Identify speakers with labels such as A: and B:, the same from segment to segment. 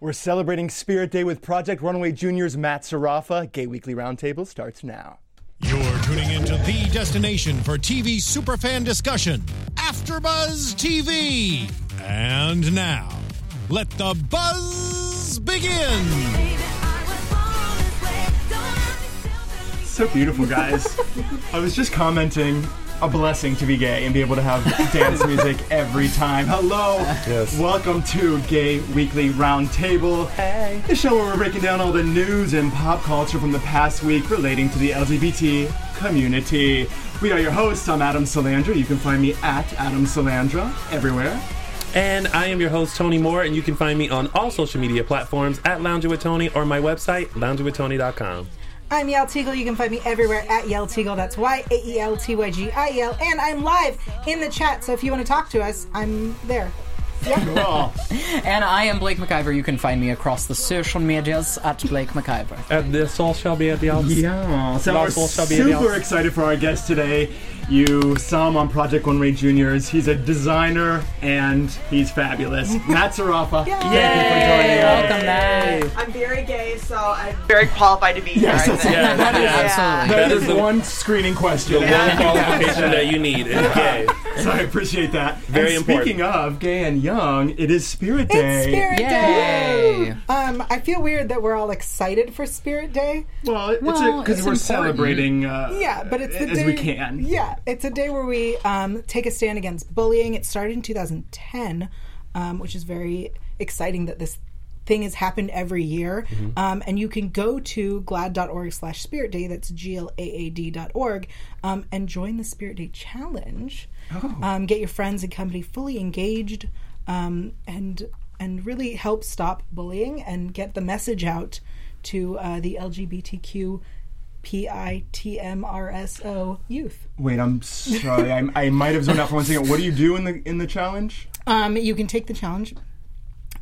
A: We're celebrating Spirit Day with Project Runway Junior's Matt Sarafa. Gay Weekly Roundtable starts now.
B: You're tuning into the destination for TV superfan discussion, AfterBuzz TV. And now, let the buzz begin.
A: So beautiful, guys. I was just commenting a blessing to be gay and be able to have dance music every time. Hello.
C: Yes.
A: Welcome to Gay Weekly Roundtable. Hey. The show where we're breaking down all the news and pop culture from the past week relating to the LGBT community. We are your hosts. I'm Adam Salandra. You can find me at Adam Salandra everywhere.
D: And I am your host, Tony Moore, and you can find me on all social media platforms at Lounging with Tony or my website, loungingwithtony.com.
E: I'm Yael Teagle. You can find me everywhere at Yael Teagle. That's Y A E L T Y G I E L. And I'm live in the chat, so if you want to talk to us, I'm there.
A: Oh,
F: And I am Blake McIver. You can find me across the social medias at Blake McIver.
D: At this all shall be at the office.
A: Yeah, so we're
D: Lawful shall be
A: super
D: announced.
A: excited for our guest today. You saw him on Project One Ray Juniors. He's a designer and he's fabulous. Matt Sarafa, thank you for joining us.
F: Welcome back.
G: I'm very gay, so I'm very qualified to be here. I think.
D: Yeah, that is,
F: Absolutely.
A: That
D: That
A: is
D: is the-
A: one screening question.
D: one qualification that you need is gay.
A: so I appreciate that.
D: Very
A: and Speaking of gay and young, it is Spirit Day.
E: It's Spirit Day.
F: Yay.
E: Um, I feel weird that we're all excited for Spirit Day.
A: Well, it's
F: Well,
A: because
F: it's
A: we're
F: important.
A: celebrating. Uh,
E: Yeah, but it's the
A: as
E: day
A: we can.
E: Yeah, it's a day where we um, take a stand against bullying. It started in 2010, um, which is very exciting that this thing has happened every year. Um, and you can go to glad.org slash spirit day, that's G-L-A-A-D dot org, um, and join the Spirit Day Challenge. Um, get your friends and company fully engaged um, and and really help stop bullying and get the message out to uh, the LGBTQ P I T M R S O youth.
A: Wait, I'm sorry. I, I might have zoned out for one second. What do you do in the in the challenge?
E: Um, you can take the challenge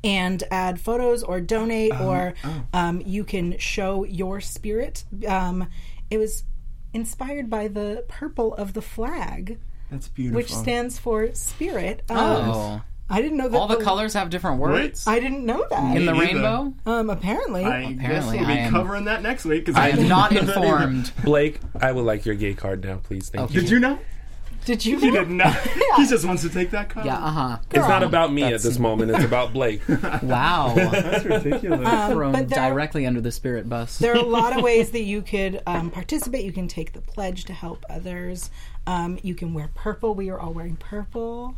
E: and add photos or donate, or um, you can show your spirit. Um, it was inspired by the purple of the flag,
A: That's beautiful.
E: which stands for spirit. Um,
F: Oh.
E: I didn't know that
F: All the colors have different words.
E: I didn't know that.
F: In the
A: Me neither.
F: rainbow?
E: Um, apparently,
A: I guess
F: Apparently,
A: we'll be
F: I am-
A: covering that next week. 'cause
F: I am
A: didn't
F: not
A: know that either.
F: informed.
D: Blake, I would like your gay card now, please. Thank you.
A: Did you know?
E: did you?
A: He
E: know?
A: did not. He just wants to take that card.
F: Yeah, uh huh.
D: It's not about me at this moment. It's about Blake.
F: Wow.
A: That's ridiculous.
F: Thrown
E: but there-
F: directly under the spirit bus.
E: there are a lot of ways that you could um, participate. You can take the pledge to help others. Um, you can wear purple. We are all wearing purple.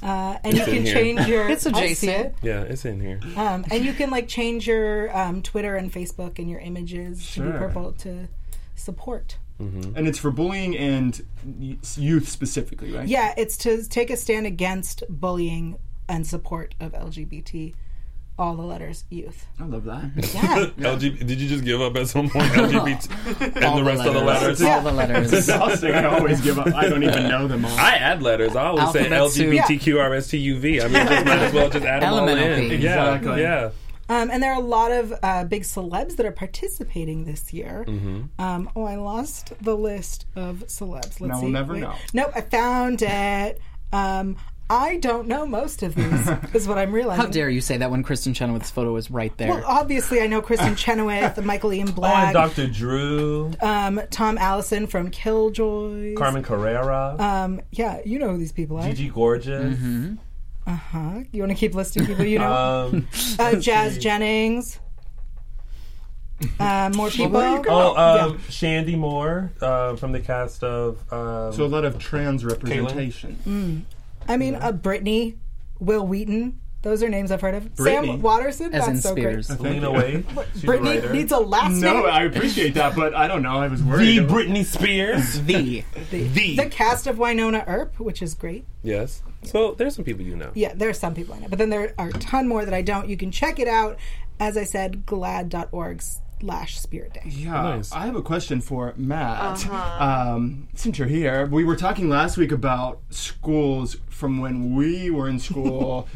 E: Uh, and you
D: in
E: can
D: here.
E: change your.
F: It's
E: I see
F: adjacent.
E: it.
D: Yeah, it's in here.
E: Um, and you can like change your um, Twitter and Facebook and your images to be
A: Sure.
E: purple to support.
A: and it's for bullying and y- youth specifically, right?
E: Yeah, it's to take a stand against bullying and support of LGBT, all the letters youth.
A: I love that.
E: Yeah.
D: LGBT, did you just give up at some point? LGBT and the rest of the letters.
F: All the letters.
A: Exhausting. I always give up. I don't even know them all.
D: I add letters. I always say
F: Alphabet soup.
D: LGBTQRSTUV. I mean, just might as well just add them all
F: Elemental
D: in.
F: P.
D: Yeah,
A: Exactly.
D: yeah.
E: Um, and there are a lot of uh, big celebs that are participating this year. Um, oh, I lost the list of celebs. Let's
A: Mm-hmm. Now
E: see.
A: we'll never know.
E: Nope, I found it. Um, I don't know most of these, is what I'm realizing.
F: How dare you say that when Kristen Chenoweth's phenowith's photo is right there?
E: Well, oh, obviously, I know Kristen Chenoweth, Michael Ian
A: Oh,
E: Black,
D: Dr. Drew,
E: um, Tom Allison from Killjoys.
D: Carmen Carrera,
E: Um, yeah, you know who these people are.
D: Gigi Gorgeous,
E: Huh? You want to keep listing people you know?
D: um,
E: Uh, Jazz Jennings. Uh, more people.
D: oh, um,
E: Yeah.
D: Shandy Moore uh, from the cast of. Um,
A: So a lot of trans representation.
E: I mean, uh, Brittany, Will Wheaton. Those are names I've heard of.
A: Brittany.
E: Sam Watterson.
F: As
E: that's
F: in
E: so
F: Spears.
A: Thank
D: Lena
A: you.
D: Waithe. She's a
E: great. Brittany
D: writer. uh,
E: needs a last
A: No,
E: name.
A: I appreciate that, but I don't know. I was worried.
D: the Britney Spears.
F: the.
E: the cast of Winona Earp, which is great.
D: yes. So there's some people you know.
E: Yeah, there are some people I know, but then there are a ton more that I don't. You can check it out. As I said, glad.org slash spirit day.
A: Yeah,
D: Nice.
A: I have a question for Matt. Um, since you're here, we were talking last week about schools from when we were in school.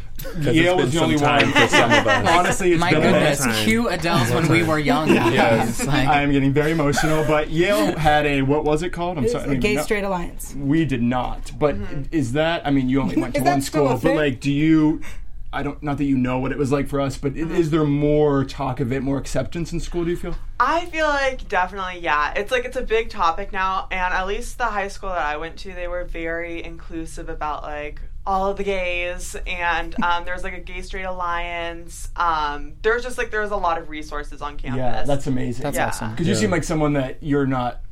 A: Yale was the only one.
D: for some of us.
A: Honestly, it's
F: My
A: been a long
F: goodness,
A: time.
F: cue Adele's when we were young.
D: Yes.
F: Like,
A: I am getting very emotional, but Yale had a what was it called? I'm
E: It's
A: sorry, I
E: the
A: don't even
E: Gay
A: know.
E: Straight Alliance.
A: We did not, but is that? I mean, you only went to
E: Is that
A: one
E: still a
A: school, but
E: thing?
A: like, do you I don't not that you know what it was like for us, but i- is there more talk of it, more acceptance in school? Do you feel?
G: I feel like definitely, yeah. It's like it's a big topic now, and at least the high school that I went to, they were very inclusive about like all of the gays, and um, there was like a gay straight alliance. Um, there was just like there was a lot of resources on campus.
A: Yeah, that's amazing.
F: That's
A: yeah.
F: awesome.
A: Because you seem like someone that you're not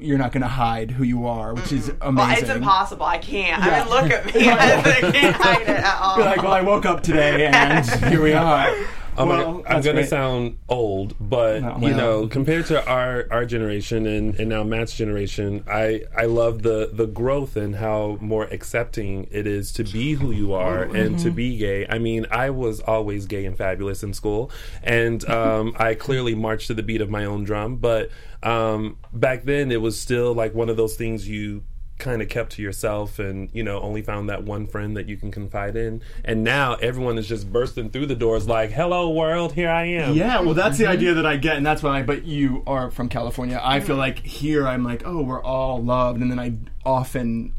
A: you're not going to hide who you are, which is amazing.
G: Well, it's impossible. I can't.
A: Yeah.
G: I mean, look at me. I can't hide it at all.
A: You're like, well, I woke up today, and here we are.
D: I'm
A: well,
D: gonna, Oh I'm
A: that's
D: gonna
A: great.
D: sound old, but
A: No,
D: you
A: well.
D: know, compared to our our generation and, and now Matt's generation, I I love the the growth and how more accepting it is to be who you are
A: Oh,
D: and
A: mm-hmm.
D: to be gay. I mean, I was always gay and fabulous in school, and um, I clearly marched to the beat of my own drum. But um, back then, it was still like one of those things you kind of kept to yourself and you know only found that one friend that you can confide in and now everyone is just bursting through the doors like hello world here i am
A: Yeah, well, that's the idea that I get, and that's why. But you are from California. I feel like here I'm like, oh, we're all loved, and then I often,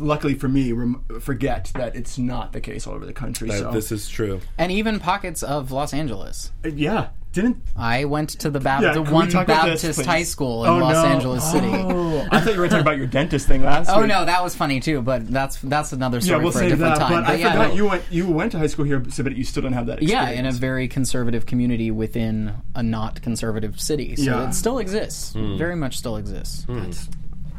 A: luckily for me, rem- forget that it's not the case all over the country.
D: Uh,
A: so
D: this is true
F: and even pockets of Los Angeles.
A: yeah, didn't
F: I went to the Bab-
A: yeah,
F: Uh, the
A: can we
F: one
A: talk about this,
F: Baptist
A: please?
F: high school in
A: Oh,
F: Los
A: no.
F: Angeles City.
A: Oh, I thought you were talking about your dentist thing last.
F: Oh
A: week.
F: no, that was funny too, but that's that's another
A: Yeah,
F: story
A: we'll
F: for a
A: save
F: different
A: that.
F: time.
A: But, I
F: yeah,
A: forgot
F: no.
A: you went you went to high school here, so but you still don't have that.
F: yeah,
A: Experience.
F: in a very conservative community within a not conservative city. So
A: Yeah.
F: it still exists. Very much still exists.
A: Hmm.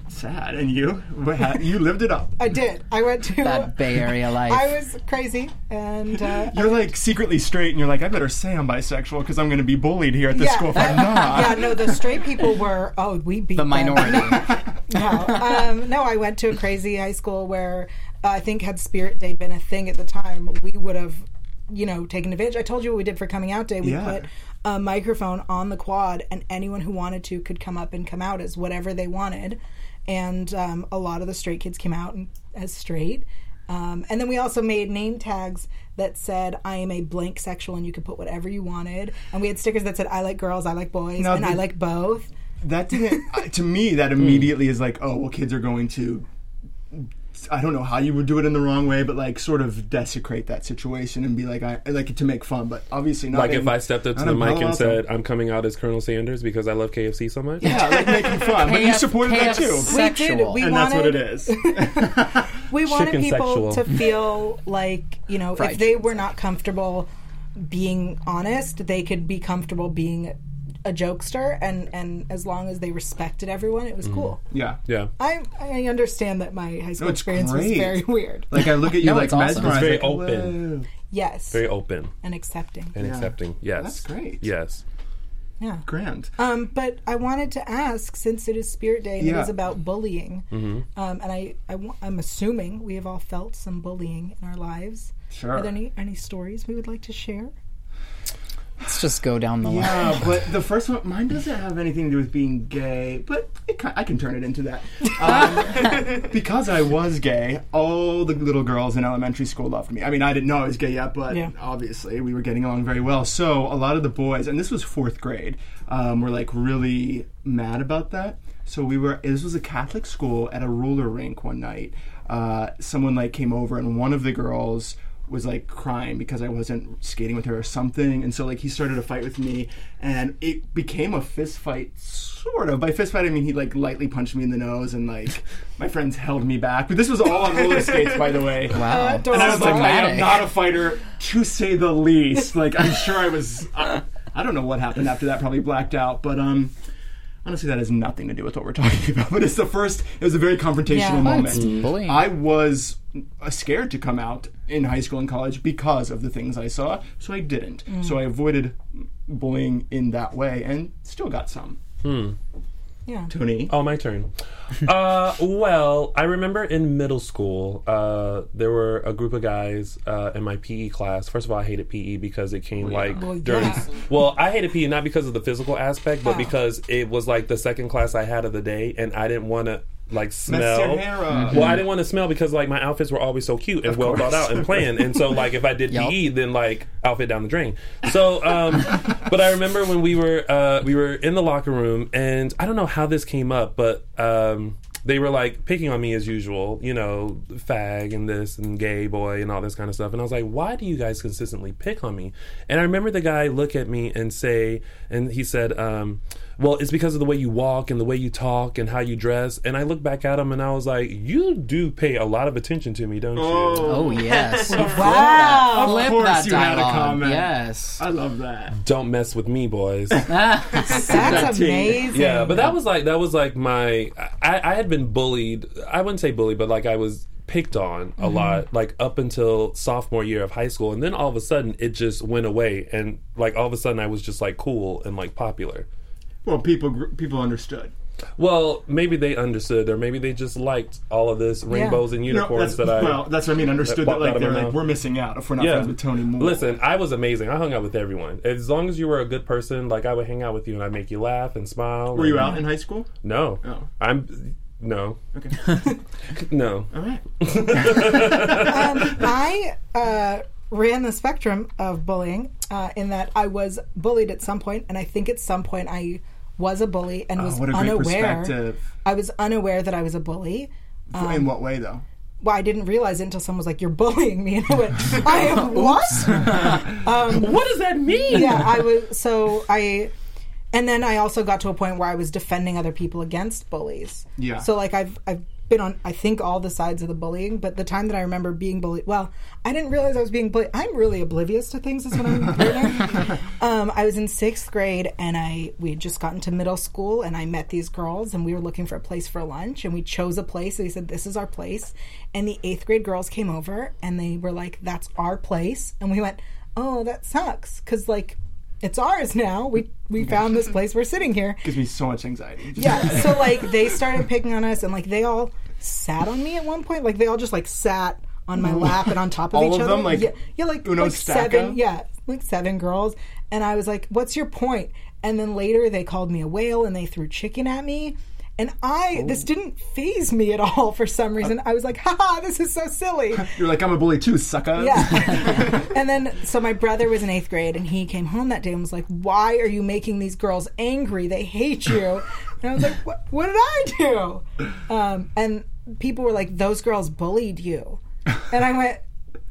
A: sad. And you, What ha- you lived it up.
E: I did. I went to
F: That Bay Area life.
E: I was crazy, and uh,
A: You're like secretly straight, and you're like, I better say I'm bisexual because I'm going to be bullied here at this
E: Yeah.
A: school if I'm not.
E: yeah, no, the straight people were oh, we beat
F: the minority.
E: no, um, no, I went to a crazy high school where uh, I think had Spirit Day been a thing at the time, we would have, you know, taken advantage. I told you what we did for Coming Out Day. We
A: Yeah.
E: put a microphone on the quad, and anyone who wanted to could come up and come out as whatever they wanted. And um, a lot of the straight kids came out and- as straight. Um, and then we also made name tags that said "I am a blank sexual" and you could put whatever you wanted. And we had stickers that said "I like girls, I like boys,
A: Now
E: and I
A: the-
E: like both."
A: that didn't uh, to me
F: Mm.
A: that immediately is like oh well kids are going to i don't know how you would do it in the wrong way but like sort of desecrate that situation and be like i like to make fun but obviously not
D: like if
A: in-
D: i stepped up
A: not
D: to the
A: in
D: mic
A: Palo
D: and
A: Alto.
D: said i'm coming out as colonel sanders because i love kfc so much
A: yeah like making fun but you
F: KF
A: supported that too
F: Sexual.
E: We did. We
A: and that's what
E: wanted-
A: it is
E: we wanted
D: Chicken sexual.
E: people to feel like you know
F: Fried
E: if they
F: chicken
E: were not comfortable being honest they could be comfortable being a jokester and and as long as they respected everyone it was
D: Mm.
E: cool
A: yeah
D: yeah
E: i i understand that my high school
A: it's
E: experience
A: great.
E: was very weird
A: like i look at you
F: No,
A: like
F: it's awesome.
A: mesmerized,
D: It's very
A: like,
D: open.
A: whoa.
E: yes
D: very open
E: and accepting
D: and accepting yes
A: That's great.
D: yes
E: yeah
A: grand
E: um but i wanted to ask since it is spirit day and
A: Yeah.
E: it is about bullying
D: Mm-hmm.
E: um and I, I wa- i'm assuming we have all felt some bullying in our lives
A: sure
E: are there any any stories we would like to share
F: Let's just go down the line.
A: Yeah, but the first one, mine doesn't have anything to do with being gay, but it, ki- I can turn it into that. Um, because I was gay, all the little girls in elementary school loved me. I mean, I didn't know I was gay yet, but
E: Yeah.
A: obviously we were getting along very well. So a lot of the boys, and this was fourth grade, um, were like really mad about that. So we were. This was a Catholic school at a roller rink one night. Uh, someone like came over, and one of the girls was like crying because I wasn't skating with her or something. And so like he started a fight with me and it became a fist fight sort of. By fist fight I mean he like lightly punched me in the nose and like my friends held me back. But this was all on roller skates by the way.
F: Wow.
A: And I was like, I am
F: Dramatic.
A: not a fighter, to say the least. Like, I'm sure I was. I, I don't know what happened after that. Probably blacked out. But um, honestly, that has nothing to do with what we're talking about. But it's the first. It was a very confrontational
E: Yeah.
A: moment.
F: It's bullying.
A: I was uh, scared to come out in high school and college because of the things I saw, so I didn't.
F: Mm.
A: So I avoided bullying in that way, and still got some.
E: yeah
A: Tony,
D: Oh, my turn. uh, well, I remember in middle school, uh, there were a group of guys uh, in my PE class. First of all, I hated PE because it came like
E: Well,
D: during.
E: yeah.
D: Well, I hated PE not because of the physical aspect, but
E: Oh.
D: because it was like the second class I had of the day, and I didn't want to like smell.
A: hair up.
D: Well, I didn't want to smell because like my outfits were always so cute and well thought out and planned, and so like if I did E,
F: Yup.
D: PE, then like outfit down the drain. So, um, but I remember when we were uh, we were in the locker room, and I don't know how this came up, but um, they were like picking on me as usual, you know, fag and this and gay boy and all this kind of stuff. And I was like, why do you guys consistently pick on me? And I remember the guy look at me and say, and he said, um, well, it's because of the way you walk and the way you talk and how you dress. And I looked back at him and I was like, you do pay a lot of attention to me, don't you?
F: Oh yes. wow. Flip
E: Wow.
F: that,
A: Of
F: flip
A: course
F: that
A: you had a
F: dialogue.
A: comment.
F: Yes.
A: I love that.
F: Mm.
D: Don't mess with me, boys.
E: That's
A: tea.
E: amazing.
D: Yeah, but that was like that was like my I, I had been bullied. I wouldn't say bullied, but like I was picked on
A: Mm-hmm.
D: a lot, like up until sophomore year of high school, and then all of a sudden it just went away, and like all of a sudden I was just like cool and like popular.
A: Well, people gr- people understood.
D: Well, maybe they understood, or maybe they just liked all of this rainbows and
A: No,
D: unicorns
A: that's-
D: that I.
A: well, that's what I mean. Understood
D: that
A: that,
D: popped out
A: like
D: of
A: they're
D: my
A: like
D: mouth.
A: we're missing out if we're not friends with Tony Moore.
D: Listen, I was amazing. I hung out with everyone. As long as you were a good person, like I would hang out with you and I'd make you laugh and smile.
A: were you out in high school?
D: No.
A: Oh.
D: I'm no.
A: Okay. Oh.
D: No.
A: All right.
E: um, I uh, ran the spectrum of bullying uh, in that I was bullied at some point, and I think at some point I was a bully and was
A: Oh, what a great
E: unaware.
A: perspective.
E: I was unaware that I was a bully.
A: in what way though?
E: Well, I didn't realize it until someone was like, "You're bullying me," and I went, "I am what?" Um,
D: What does that mean?
E: yeah, I was. So I, and then I also got to a point where I was defending other people against bullies.
A: Yeah.
E: So like I've I've been on I think all the sides of the bullying, but the time that I remember being bullied, well, I didn't realize I was being bullied. I'm really oblivious to things. Is what I'm learning. um, I was in sixth grade, and I we had just gotten to middle school, and I met these girls, and we were looking for a place for lunch, and we chose a place. And they said, "This is our place," and the eighth grade girls came over, and they were like, "That's our place," and we went, "Oh, that sucks," because like. It's ours now. We we found this place. We're sitting here.
A: Gives me so much anxiety.
E: Yeah. So like they started picking on us, and like they all sat on me at one point. Like they all just like sat on my lap and on top of
A: Mm. All of
E: each other.
A: them, like,
E: yeah, yeah, like,
A: Uno
E: like
A: Stacca?
E: seven. Yeah, like seven girls. And I was like, "What's your point?" And then later they called me a whale and they threw chicken at me. And I,
A: Oh.
E: this didn't phase me at all for some
A: Uh,
E: reason. I was like, haha, this is so silly.
A: You're like I'm a bully too, sucker.
E: Yeah. and then, so my brother was in eighth grade, and he came home that day and was like, "Why are you making these girls angry? They hate you." And I was like, "What, what did I do?" Um, and people were like, "Those girls bullied you," and I went,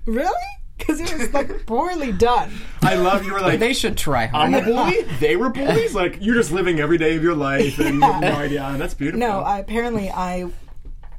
E: "Really?" Because it was like poorly done.
A: I love you. Were like
F: They should try
A: I'm a
F: harder.
A: bully. They were bullies. Like you're just living every day of your life, and you have no idea. And that's beautiful.
E: No, I, apparently I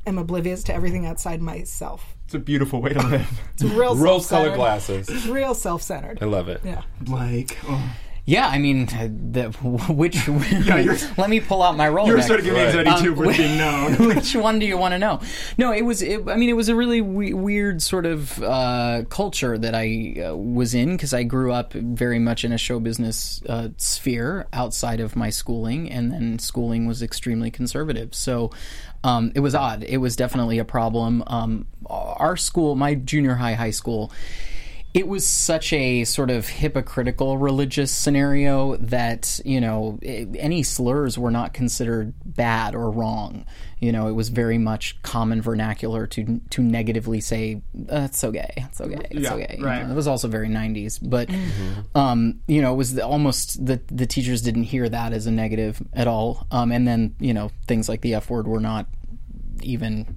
E: am oblivious to everything outside myself.
A: it's a beautiful way to live.
E: It's real
D: Rose colored
E: self-centered.
D: glasses.
E: Real
D: I
E: self-centered.
D: love it.
E: Yeah.
A: Blake, oh.
F: Yeah, I mean, uh, the, which?
A: you're-
F: let me pull out my Rolodex.
A: you were starting to give me
D: Right.
A: anxiety
F: Um,
A: too for being known.
F: which one do you want to know? No, it was. It, I mean, it was a really we- weird sort of uh, culture that I uh, was in because I grew up very much in a show business uh, sphere outside of my schooling, and then schooling was extremely conservative. So um, it was odd. It was definitely a problem. Um, our school, my junior high, high school it was such a sort of hypocritical religious scenario that you know i any slurs were not considered bad or wrong. You know, it was very much common vernacular to to negatively say "Uh, that's so gay, that's so gay, that's so
A: Yeah,
F: gay. You
A: right.
F: know, it was also very '90s, but um, you know, it was the, almost the the teachers didn't hear that as a negative at all. Um, and then you know, things like the F word were not even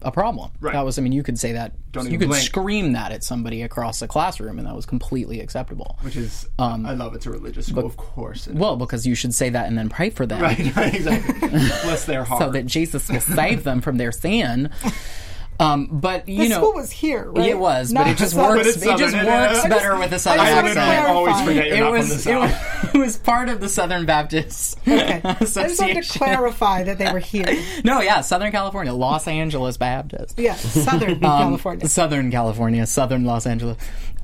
F: a problem.
A: Right.
F: That was, I mean, you could say that.
A: Don't
F: you
A: even
F: could
A: blink.
F: scream that at somebody across the classroom, and that was completely acceptable.
A: Which is, I love it's a religious school, of course. it-
F: well, because you should say that and then pray for them,
A: right, right, exactly. Bless their heart.
F: so that Jesus will save them from their sin. Um, but you
E: The
F: know,
E: school was here, right?
F: It was, but
E: Not
F: it just
E: the Southern-
F: works.
A: it's
F: It just
A: Southern,
F: works
A: yeah.
F: better with a southern
E: I just wanna
F: accent.
E: clarify.
A: always forget you're
F: It
A: not from the
F: was, it
A: South.
F: was it was part of the Southern Baptist
E: Okay. I just wanted to
F: Association.
E: clarify that they were here.
F: no, yeah, Southern California, Los Angeles Baptist.
E: Yeah, Southern
F: Um,
E: California.
F: Southern California, Southern Los Angeles.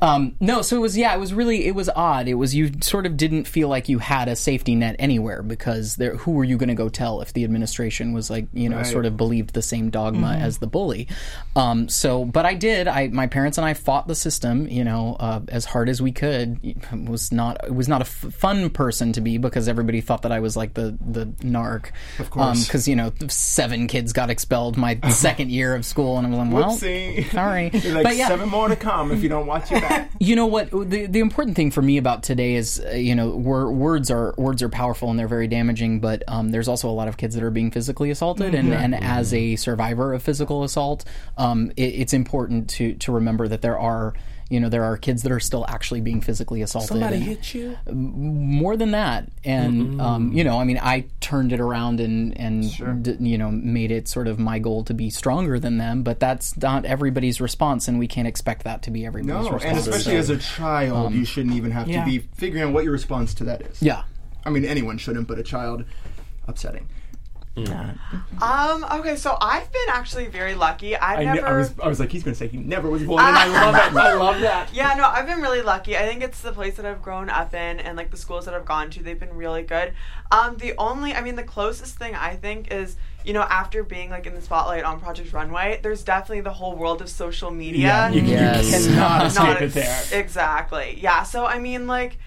F: Um, no, so it was yeah, it was really it was odd. It was you sort of didn't feel like you had a safety net anywhere because there who were you going to go tell if the administration was like you know sort of believed the same dogma as the bully. Um, so, but I did. I my parents and I fought the system you know uh, as hard as we could. It was not it was not a f- fun person to be because everybody thought that I was like the the narc. Of
A: course.
F: because you know seven kids got expelled my second year of school, and I'm like, well,
A: Whoopsie.
F: Sorry.
A: You're like
F: but yeah,
A: seven more to come if you don't watch your
F: you know what the, the important thing for me about today is uh, you know wor- words are words are powerful and they're very damaging but um, there's also a lot of kids that are being physically assaulted and, and as a survivor of physical assault um, it, it's important to to remember that there are you know there are kids that are still actually being physically assaulted
D: Somebody
F: and-
D: hit you.
F: more than that
G: Mm-hmm.
F: and um, you know i mean i turned it around and and d- you know made it sort of my goal to be stronger than them but that's not everybody's response and we can't expect that to be everybody's
A: No, and
F: response
A: especially as a child, you shouldn't even have to
E: yeah.
A: be figuring out what your response to that is.
F: Um, yeah
A: I mean, anyone shouldn't, but a child, upsetting.
G: Um. Okay. So I've been actually very lucky. I've
A: I, kn-
G: never.
A: I was, I was like, he's going to say he never was born, and I love it. I love that.
G: Yeah, no, I've been really lucky. I think it's the place that I've grown up in and like the schools that I've gone to, they've been really good. Um, the only I mean the closest thing I think is, you know, after being like in the spotlight on Project Runway, there's definitely the whole world of social media.
A: you,
F: Yes.
A: you cannot escape
G: Not
A: it there.
G: ex- Exactly. Yeah. So I mean like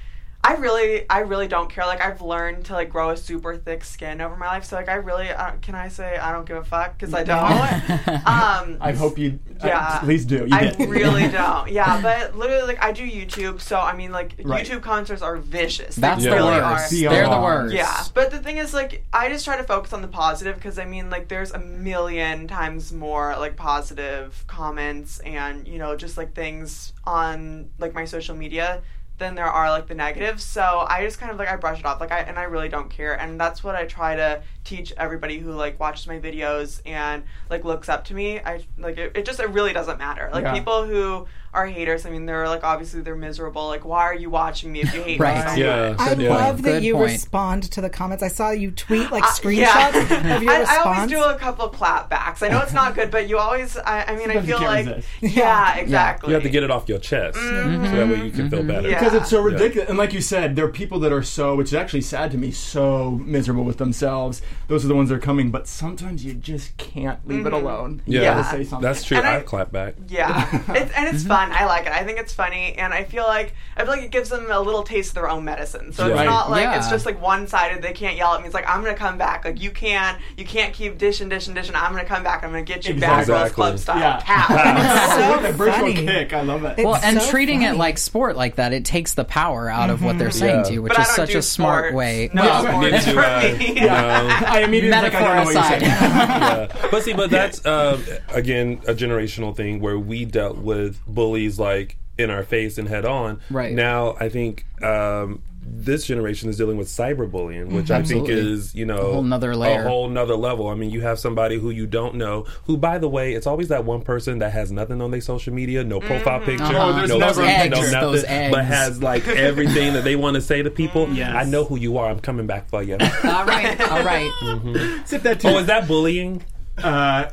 G: I really, I really don't care. Like I've learned to like grow a super thick skin over my life. So like I really, uh, can I say I don't give a fuck because I don't. um,
A: I hope you.
G: yeah.
A: please do. You
G: I
A: did.
G: really don't. Yeah, but literally, like, I do YouTube, so I mean, like,
A: Right.
G: YouTube concerts are vicious. They
F: that's the
G: really
F: worst
G: Are.
A: Yeah.
F: they're the
A: Yeah.
F: worst
G: Yeah, but the thing is, like, I just try to focus on the positive because I mean, like, there's a million times more like positive comments and you know just like things on like my social media than there are like the negatives. So I just kind of like I brush it off, like I and I really don't care, and that's what I try to teach everybody who like watches my videos and like looks up to me. I like it, it just it really doesn't matter. Like
A: Yeah.
G: people who are haters, I mean, they're like obviously they're miserable. Like why are you watching me if you hate me
F: Right.
G: so much?
D: Yeah.
E: I
D: yeah.
E: love that
F: Good
E: you
F: point.
E: respond to the comments. I saw you tweet like
G: Uh, yeah.
E: screenshots of your
G: I,
E: response.
G: I always do a couple clapbacks. I know it's not good, but you always. I, I mean, I
A: Sometimes you
G: feel
A: can't
G: like
A: resist.
G: yeah, exactly.
D: You have to get it off your chest so that way you can feel better.
G: Yeah.
A: Because it's so ridiculous. And like you said, there are people that are so, which is actually sad to me, so miserable with themselves. Those are the ones that are coming, but sometimes you just can't leave it alone. You
D: Yeah.
A: gotta say something.
D: That's true.
G: And I-
D: I, clap back.
G: Yeah, it's, and
A: Mm-hmm.
G: it's fun. I like it. I think it's funny, and I feel like I feel like it gives them a little taste of their own medicine. So it's
D: Right.
G: not like
F: Yeah.
G: it's just like one sided. They can't yell at me. It's like I'm gonna come back. Like you can't you can't keep dishing dishing dishing. I'm gonna come back. I'm gonna get you back, Girls
D: Exactly.
G: Club style.
A: Yeah.
G: Pow.
E: so
A: With a virtual
E: funny.
A: kick. I love it.
F: well,
E: It's
F: and
E: so
F: treating it
E: funny.
F: like sport like that, it takes the power out of what they're saying to you, which
G: Mm-hmm. but I
F: is
G: don't
F: such
G: do
F: a smart
G: sports.
F: way.
G: No
F: Well,
D: Need
G: sports
D: to,
G: for
D: uh,
G: me.
D: you know,
A: I immediately was like, I don't know what
F: Metaphor
A: you said.
D: yeah. Uh, But see, but that's um, again a generational thing where we dealt with bullies like in our face and head on.
F: Right.
D: now, I think um, this generation is dealing with cyberbullying, which I think
F: Absolutely.
D: is you know a
F: whole nother layer.
D: a whole nother level. I mean, you have somebody who you don't know, who by the way, it's always that one person that has nothing on their social media, no profile picture,
F: Uh-huh. Oh,
A: there's
D: no
A: never-
D: picture,
A: Eggs,
D: no
A: those
D: nothing, but
F: eggs.
D: has like everything that they want to say to people.
A: Yes.
D: I know who you are. I'm coming back for you.
F: all right, all right.
A: Sip that too.
D: oh, is that bullying?
A: uh,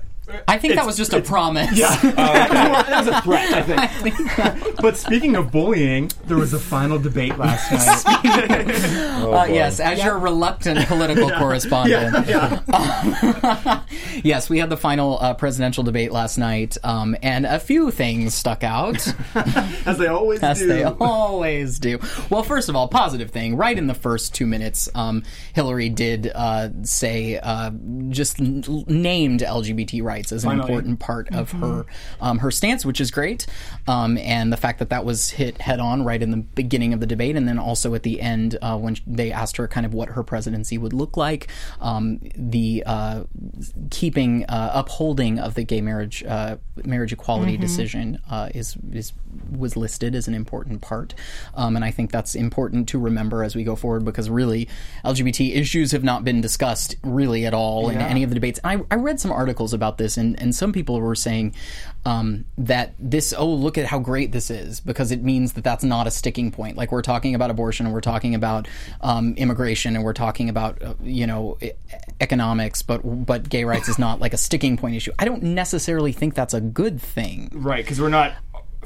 F: I think that was just a promise.
A: that was a threat, I think. But speaking of bullying, there was a final debate last night.
D: Oh,
F: Uh, yes, as your reluctant political correspondent. yes, we had the final uh, presidential debate last night, um, and a few things stuck out,
A: as they always
F: as
A: do.
F: they always do. Well, first of all, positive thing. Right in the first two minutes, um, Hillary did uh, say, uh, just n- named LGBT rights as an
A: Finally.
F: important part of her um, her stance, which is great. Um, and the fact that that was hit head on right in the beginning of the debate, and then also at the end uh, when sh- they asked her kind of what her presidency would look like, um, the uh, keeping uh, upholding of the gay marriage uh, marriage equality decision uh, is is was listed as an important part, um, and I think that's important to remember as we go forward because really LGBT issues have not been discussed really at all in any of the debates. And I, I read some articles about this, and, and some people were saying um, that this, oh, look at how great this is, because it means that that's not a sticking point. Like, we're talking about abortion, and we're talking about um, immigration, and we're talking about, uh, you know, e- economics, but, but gay rights is not like a sticking point issue. I don't necessarily think that's a good thing.
A: Right, because we're not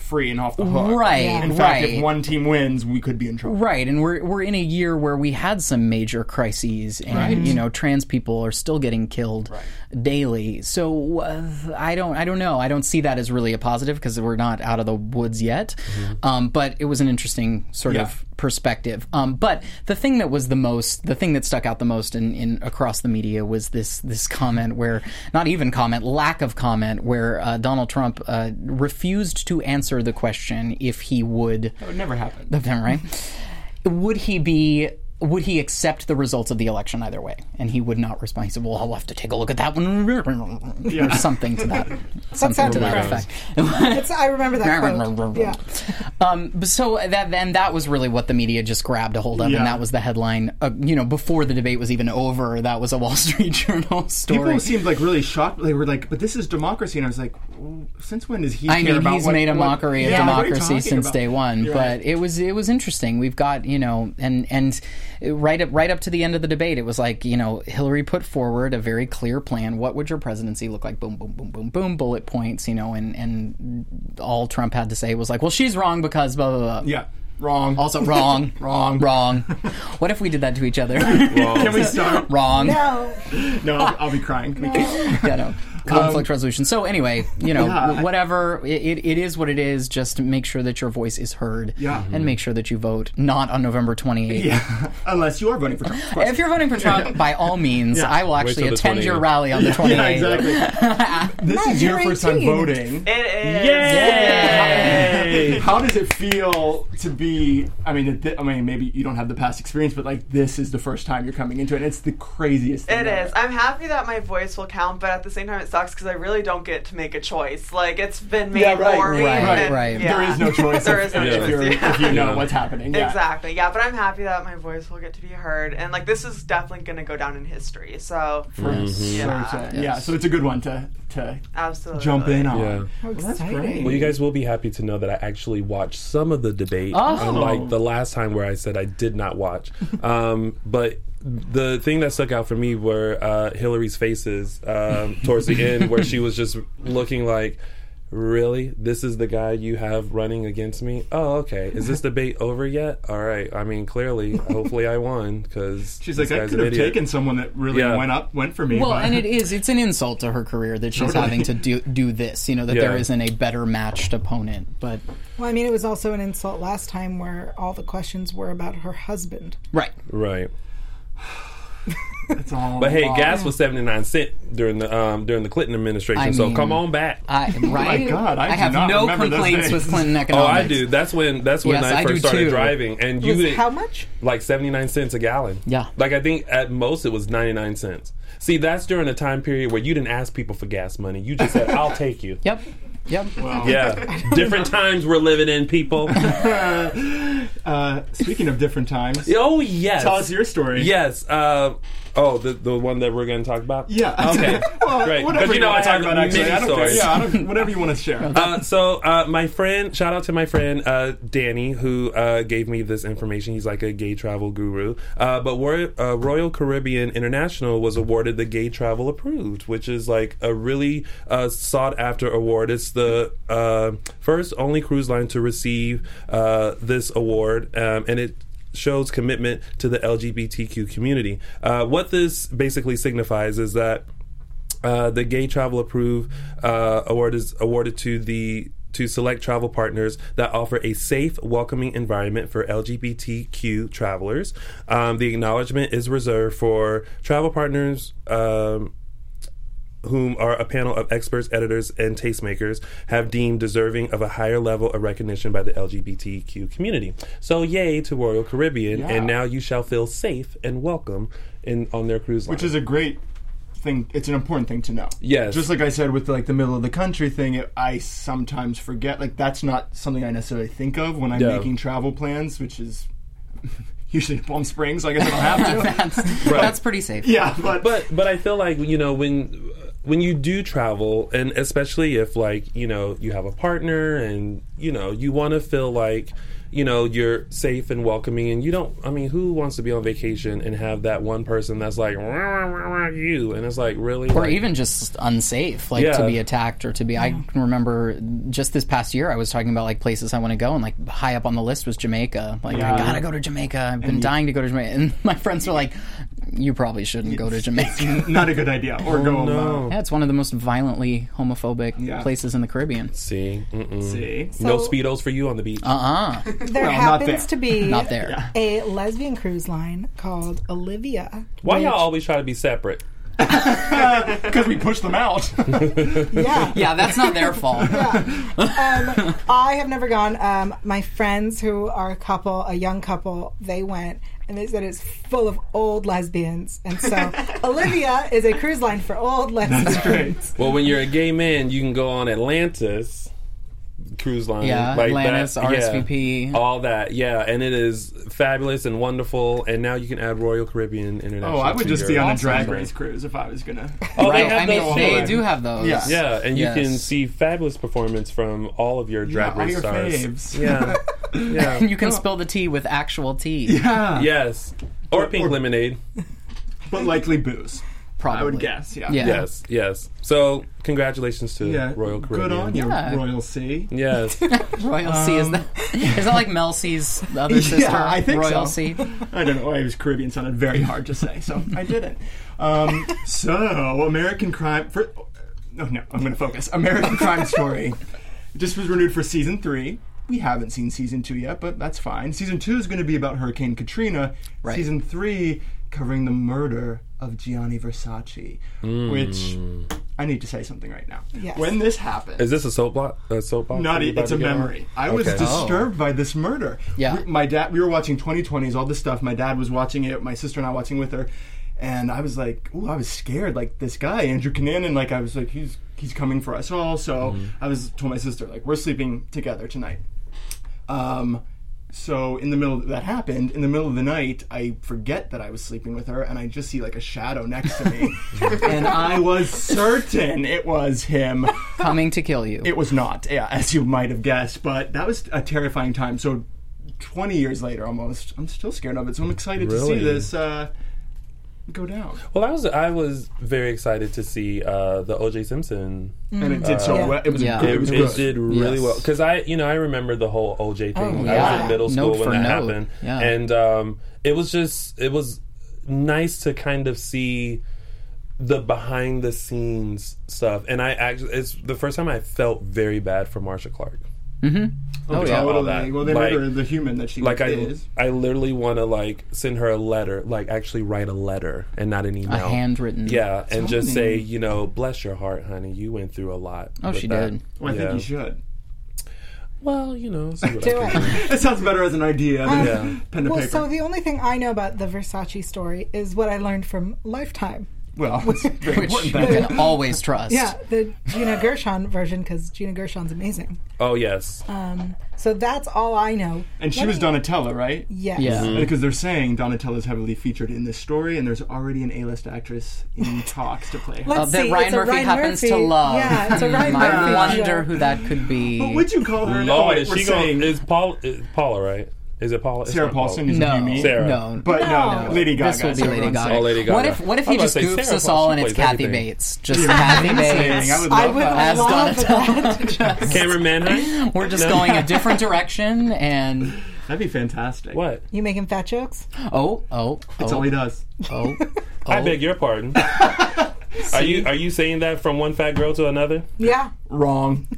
A: free and off the hook.
F: Right,
A: In fact,
F: right.
A: if one team wins, we could be in trouble.
F: Right, and we're we're in a year where we had some major crises, and you know, trans people are still getting killed daily. So uh, I don't, I don't know, I don't see that as really a positive because we're not out of the woods yet. Um, but it was an interesting sort of perspective. Um, but the thing that was the most, the thing that stuck out the most in, in across the media was this this comment where, not even comment, lack of comment, where uh, Donald Trump uh, refused to answer answer the question if he would
A: That would never happen.
F: of him, right? would he be? Would he accept the results of the election either way? And he would not respond. He said, "Well, I'll have to take a look at that one, or something to that, something to
E: sounded
F: that
E: correct.
F: effect."
E: It's, I remember that quote. yeah.
F: um, but so that then that was really what the media just grabbed a hold of,
A: Yeah.
F: and that was the headline. Uh, you know, before the debate was even over, that was a Wall Street Journal story.
A: People seemed like really shocked. They were like, "But this is democracy," and I was like, "Well, "Since when does he?"
F: I
A: care
F: mean,
A: about
F: he's
A: what-
F: made a
A: what-
F: mockery of
A: Yeah, what are you
F: democracy
A: talking
F: since
A: about?
F: day one.
A: You're
F: but
A: right.
F: it was it was interesting. We've got you know, and and right up right up to the end of the debate, it was like you know, Hillary put forward a very clear plan. What would your presidency look like? Boom, boom, boom, boom, boom. Bullet points, you know, and and all Trump had to say was like, well, she's wrong because blah blah blah.
A: yeah, wrong.
F: Also wrong,
A: Wrong.
F: wrong. What if we did that to each other?
A: can we start?
F: wrong.
E: No.
A: No, I'll, I'll be crying. We can't.
F: yeah, no. Conflict resolution. So anyway, you know,
A: Um, Yeah, I-
F: whatever it, it- it is, what it is. Just make sure that your voice is heard,
A: Yeah. Mm-hmm.
F: and make sure that you vote not on November twenty eighth.
A: Yeah, unless you are voting for Trump. of course.
F: If you're voting for Trump, by all means,
A: Yeah.
F: I will actually
D: till the
F: attend your
D: 28th.
F: rally on the twenty
A: yeah,
F: eighth.
A: exactly. this is your
E: you're
A: first time
E: 18.
A: voting.
G: It is.
A: How does it feel to be? I mean, th- I mean, maybe you don't have the past experience, but like this is the first time you're coming into it. and It's the craziest. thing
G: It
A: ever.
G: is. I'm happy that my voice will count, but at the same time, it sucks because I really don't get to make a choice. Like it's been made
A: Yeah, right,
G: for me.
F: right,
G: and-
F: right.
G: yeah.
A: There is no choice.
G: There
A: if,
G: is no
A: if
G: choice,
A: you're-
G: yeah.
A: if you know
D: Yeah.
A: what's happening. Yeah.
G: Exactly. Yeah, but I'm happy that my voice will get to be heard, and like this is definitely going to go down in history. So
A: Yeah.
F: Mm-hmm.
G: Yeah.
A: So, yeah, so it's a good one to to
G: absolutely
A: jump in on.
D: Yeah.
E: How
A: Well, that's
E: exciting.
A: great.
D: Well, you guys will be happy to know that I actually watched some of the debate,
F: Oh.
D: unlike the last time where I said I did not watch. Um, but the thing that stuck out for me were uh, Hillary's faces um, towards the end, where she was just looking like, "Really, this is the guy you have running against me? Oh, okay. Is this debate over yet? All right. I mean, clearly, hopefully, I won because
A: She's like, I could have taken someone that really
D: Yeah.
A: went up, went for me.
F: Well,
A: but-
F: and it is. It's an insult to her career that she's
A: Totally.
F: having to do, do this, you know, that there
D: Yeah.
F: isn't a better matched opponent. But,
E: Well, I mean, it was also an insult last time where all the questions were about her husband.
F: right.
D: right.
A: it's all.
D: But hey,
A: law.
D: gas was seventy nine cent during the um, during the Clinton administration.
F: I
D: so
F: mean,
D: come on back.
F: I, right?
A: Oh God, I do
F: have
A: not
F: no
A: remember those
F: complaints with
A: days.
F: Clinton
D: Oh,
F: economics.
D: I do. That's when that's when
F: Yes, I
D: I
F: do
D: first started
F: too.
D: driving, and you
E: It was
D: did-
E: how much?
D: Like seventy nine cents a gallon.
F: Yeah.
D: Like I think at most it was ninety nine cents. See, that's during a time period where you didn't ask people for gas money. You just said, "I'll take you."
F: Yep. Yep.
D: Yeah. Different times we're living in, people.
A: Uh, speaking of different times,
D: oh yes.
A: tell us your story.
D: Yes. Uh, oh, the the one that we're going to talk about.
A: Yeah.
D: Okay.
A: well,
D: Great.
A: Whatever
D: But you know,
A: wanna
D: I talk about
A: actually.
D: mini
A: I don't care.
D: stories.
A: Yeah, I don't, whatever you want to share.
D: Uh, so uh, my friend, shout out to my friend uh, Danny, who uh, gave me this information. He's like a gay travel guru. Uh, but Roy- uh, Royal Caribbean International was awarded the Gay Travel Approved, which is like a really uh, sought after award. It's the uh, first only cruise line to receive uh, this award, um, and it shows commitment to the LGBTQ community. Uh, what this basically signifies is that uh, the Gay Travel Approve uh, award is awarded to the to select travel partners that offer a safe, welcoming environment for LGBTQ travelers. Um, the acknowledgement is reserved for travel partners. Um, whom are a panel of experts, editors, and tastemakers, have deemed deserving of a higher level of recognition by the LGBTQ community. So, yay to Royal Caribbean, and now you shall feel safe and welcome in on their cruise line.
A: which is a great thing it's an important thing to know
D: Yes.
A: just like i said with like the middle of the country thing it, i sometimes forget like that's not something i necessarily think of when i'm
D: Yeah.
A: making travel plans which is usually palm springs so i guess i don't have to
F: That's, that's pretty safe.
A: yeah but,
D: but but I feel like you know when when you do travel, and especially if like you know you have a partner, and you know you want to feel like you know you're safe and welcoming, and you don't. I mean, who wants to be on vacation and have that one person that's like "Wah, wah, wah, wah," you, and it's like really,
F: or
D: like-
F: even just unsafe, like to
D: Yeah.
F: be attacked or to be. I can remember just this past year, I was talking about like places I want to go, and like high up on the list was Jamaica. Like
A: Yeah.
F: I gotta go to Jamaica. I've been dying to go to Jamaica, and my friends were like, "You probably shouldn't go to Jamaica."
A: not a good idea or go
D: Oh,
A: alone
F: Yeah, it's one of the most violently homophobic
A: Yeah.
F: places in the Caribbean.
D: see, mm-mm.
A: see
D: no
E: So-
D: speedos for you on the beach.
F: Uh uh
E: There
A: Well, not
E: happens
A: there.
E: to be
F: Not there.
E: a lesbian cruise line called Olivia.
D: Why
E: which-
D: y'all always try to be separate?
A: because we pushed them out.
E: Yeah.
F: Yeah, that's not their fault.
E: um, I have never gone. Um, my friends who are a couple, a young couple, they went and they said it's full of old lesbians. And so Olivia is a cruise line for old lesbians.
A: That's great.
D: Well, when you're a gay man, you can go on Atlantis cruise line.
F: Yeah, Atlantis,
D: yeah, Oh,
F: RSVP.
D: all that. Yeah, and it is fabulous and wonderful. And now you can add Royal Caribbean International.
A: Oh, I would
D: to
A: just
D: your-
A: be on a drag race cruise if I was gonna.
D: Oh,
F: right.
D: they have
F: I mean,
D: those
F: they
D: too.
F: do have those.
A: Yeah.
D: Yeah, and you can
F: Yes.
D: see fabulous performance from all of your drag
A: all
D: race
A: your
D: stars.
A: faves.
D: Yeah, yeah,
F: And you can spill the tea with actual tea,
A: Yeah,
D: yes, or pink
A: or-
D: lemonade.
A: but likely booze.
F: probably.
A: I would guess. Yeah.
F: Yeah.
D: Yes, yes. So, congratulations to
A: Yeah.
D: Royal Caribbean.
A: Good on you,
F: Yeah.
A: Royal Sea.
D: Yes,
F: Royal Sea is that? Is that like Mel C's other sister?
A: Um, I think
F: Royal
A: so.
F: Sea.
A: I don't know why it was Caribbean sounded very hard to say, so I didn't. Um, so American Crime. For, no, no, I'm going to focus. American Crime Story just was renewed for season three. We haven't seen season two yet, but that's fine. Season two is going to be about Hurricane Katrina.
F: Right.
A: Season three covering the murder of Gianni Versace,
F: Hmm.
A: which I need to say something right now.
E: Yes.
A: When this happened,
D: is this a soapbox? A soapbox?
A: not
D: you're
A: e-
D: about
A: it's
D: to
A: a
D: get on?
A: memory. I was
D: Okay.
A: disturbed by this murder.
F: Yeah.
A: We- my dad. We were watching 2020s, all this stuff. My dad was watching it. My sister and I watching with her, and I was like, "Ooh, I was scared." Like this guy, Andrew Cunanan. Like I was like, "He's he's coming for us all." So I was told my sister, like, "We're sleeping together tonight." Um, so in the middle that happened in the middle of the night, I forget that I was sleeping with her, and I just see like a shadow next to me, and I was certain it was him.
F: Coming to kill you.
A: It was not, yeah, as you might have guessed, but that was a terrifying time. So, 20 years later almost, I'm still scared of it. So, I'm excited to
D: Really?
A: see this uh, go down.
D: Well, I was I was very excited to see uh, the O.J. Simpson.
A: And it did so
E: Yeah.
A: well. It was
F: Yeah.
A: good. It
D: It,
A: was
D: it
A: good.
D: did really
F: Yes.
D: well because I, you know, I remember the whole O.J. thing.
F: Oh,
D: I was
F: yeah.
D: in middle school
F: Note
D: when
F: for
D: that
F: note.
D: happened,
F: Yeah.
D: and um, it was just it was nice to kind of see the behind the scenes stuff. And I actually, it's the first time I felt very bad for Marsha Clark.
F: oh yeah.
D: all
A: Totally.
D: that.
A: Well, they
D: Like-
A: murdered the human that she
D: Like I,
A: is.
D: I literally want to like send her a letter, like actually write a letter and not an email,
F: A handwritten.
D: Yeah, and just say, you know, bless your heart, honey. You went through a lot.
F: Oh,
D: with
F: she
D: that."
F: did.
A: Well, I think
D: Yeah.
A: you should.
D: Well, you know, see what
E: Do
D: I
E: it.
D: can do.
A: It sounds better as an idea than
D: Yeah.
A: pen to
E: Uh, Well,
A: paper.
E: so the only thing I know about the Versace story is what I learned from Lifetime.
A: well, it's very
F: Which you
A: important back then.
F: can always trust.
E: Yeah, the Gina Gershon version because Gina Gershon's amazing.
D: Oh yes,
E: Um, so that's all I know.
A: And she
E: Let
A: was
E: me-
A: Donatella, right?
E: Yes.
F: Yeah.
D: Mm-hmm.
A: Because they're saying Donatella's heavily featured in this story, and there's already an A-list actress in talks to play her.
E: Let's
F: Uh, that
E: see,
F: Ryan
E: it's a
F: Murphy
E: Ryan
F: happens to
E: Murphy.
F: love.
E: Yeah, it's a Ryan
F: Hmm,
E: Murphy.
F: I wonder
E: show.
F: who that could be.
A: But would you call her?
D: Lord,
A: oh, wait,
D: is
A: we're
D: she
A: saying
D: going? Is Paul? Is Paula right? Is it Paula? It's
A: Sarah
D: not Paula.
A: Paulson is
F: no,
A: who you mean?
D: Sarah.
F: no,
A: But no,
E: No.
A: Lady Gaga.
F: This will
A: is
F: be
A: what
F: Lady
A: everyone's
F: Gaga.
A: saying.
D: Oh, Lady Gaga.
F: What if what if
D: I
F: he
D: was
F: just
D: about to say,
F: goofs
D: Sarah
F: us all
D: Paulson
F: and it's
D: plays
F: Kathy
D: everything.
F: Bates? Just Kathy Bates.
A: Saying, I would
E: I
A: love
E: would
A: that.
F: As
E: love
F: Donatella.
E: that.
D: Cameron Manheim?
F: We're just going a different direction, and
A: That'd be fantastic.
D: What?
E: You making fat jokes?
F: oh, oh,
A: That's all
F: oh,
A: he does.
F: oh.
D: I beg your pardon. are you are you saying that from one fat girl to another?
E: Yeah.
A: Wrong.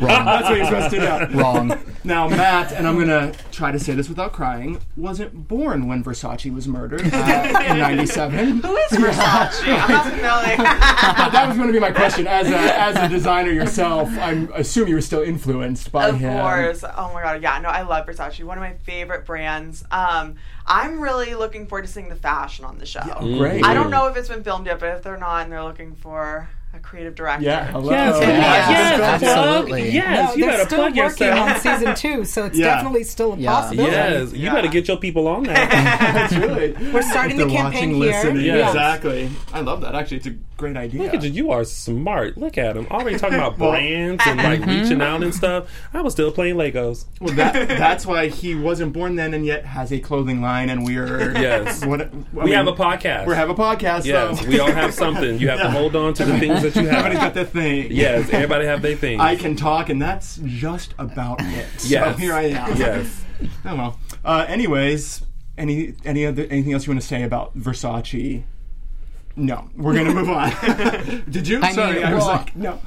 A: That's what he's supposed to do.
F: Wrong.
A: Now, Matt, and I'm going to try to say this without crying, wasn't born when Versace was murdered uh, in 97.
G: Who is Versace? I'm not familiar.
A: But that was going to be my question. As a, as a designer yourself, I'm assume you were still influenced by
G: of
A: him.
G: course. Oh my god. Yeah. No, I love Versace. One of my favorite brands. Um, I'm really looking forward to seeing the fashion on the show.
A: Oh, great.
G: I don't know if it's been filmed yet, but if they're not and they're looking for a creative director.
A: Yeah, hello.
F: yes, absolutely.
E: No, they're still working on season two, so it's
A: Yeah.
E: definitely still a
F: Yeah.
E: possibility.
D: Yes, you
G: Yeah.
D: better get your people on that.
A: That's really.
E: We're starting the
A: They're
E: campaign
A: watching,
E: here.
A: listening.
D: Yes.
A: Exactly. I love that. Actually, it's a great idea.
D: Look at you, you are smart. Look at him. Already talking about
A: Well-
D: brands and like reaching out and stuff. I was still playing Legos.
A: Well, that, that's why he wasn't born then and yet has a clothing line, and we are.
D: Yes.
A: What, I
D: we
A: mean,
D: have a podcast.
A: We have a podcast.
D: Yes,
A: so.
D: we all have something. You have to hold on to the things that you
A: Everybody's got
D: have.
A: their thing.
D: Yes, everybody have their things.
A: I can talk, and that's just about it.
D: Yes.
A: So here I am.
D: Yes.
A: Oh well. Uh, anyways, any any other anything else you want to say about Versace? No, we're gonna move on. Did you?
F: I
A: Sorry,
F: mean,
A: I was
F: well-
A: like, no.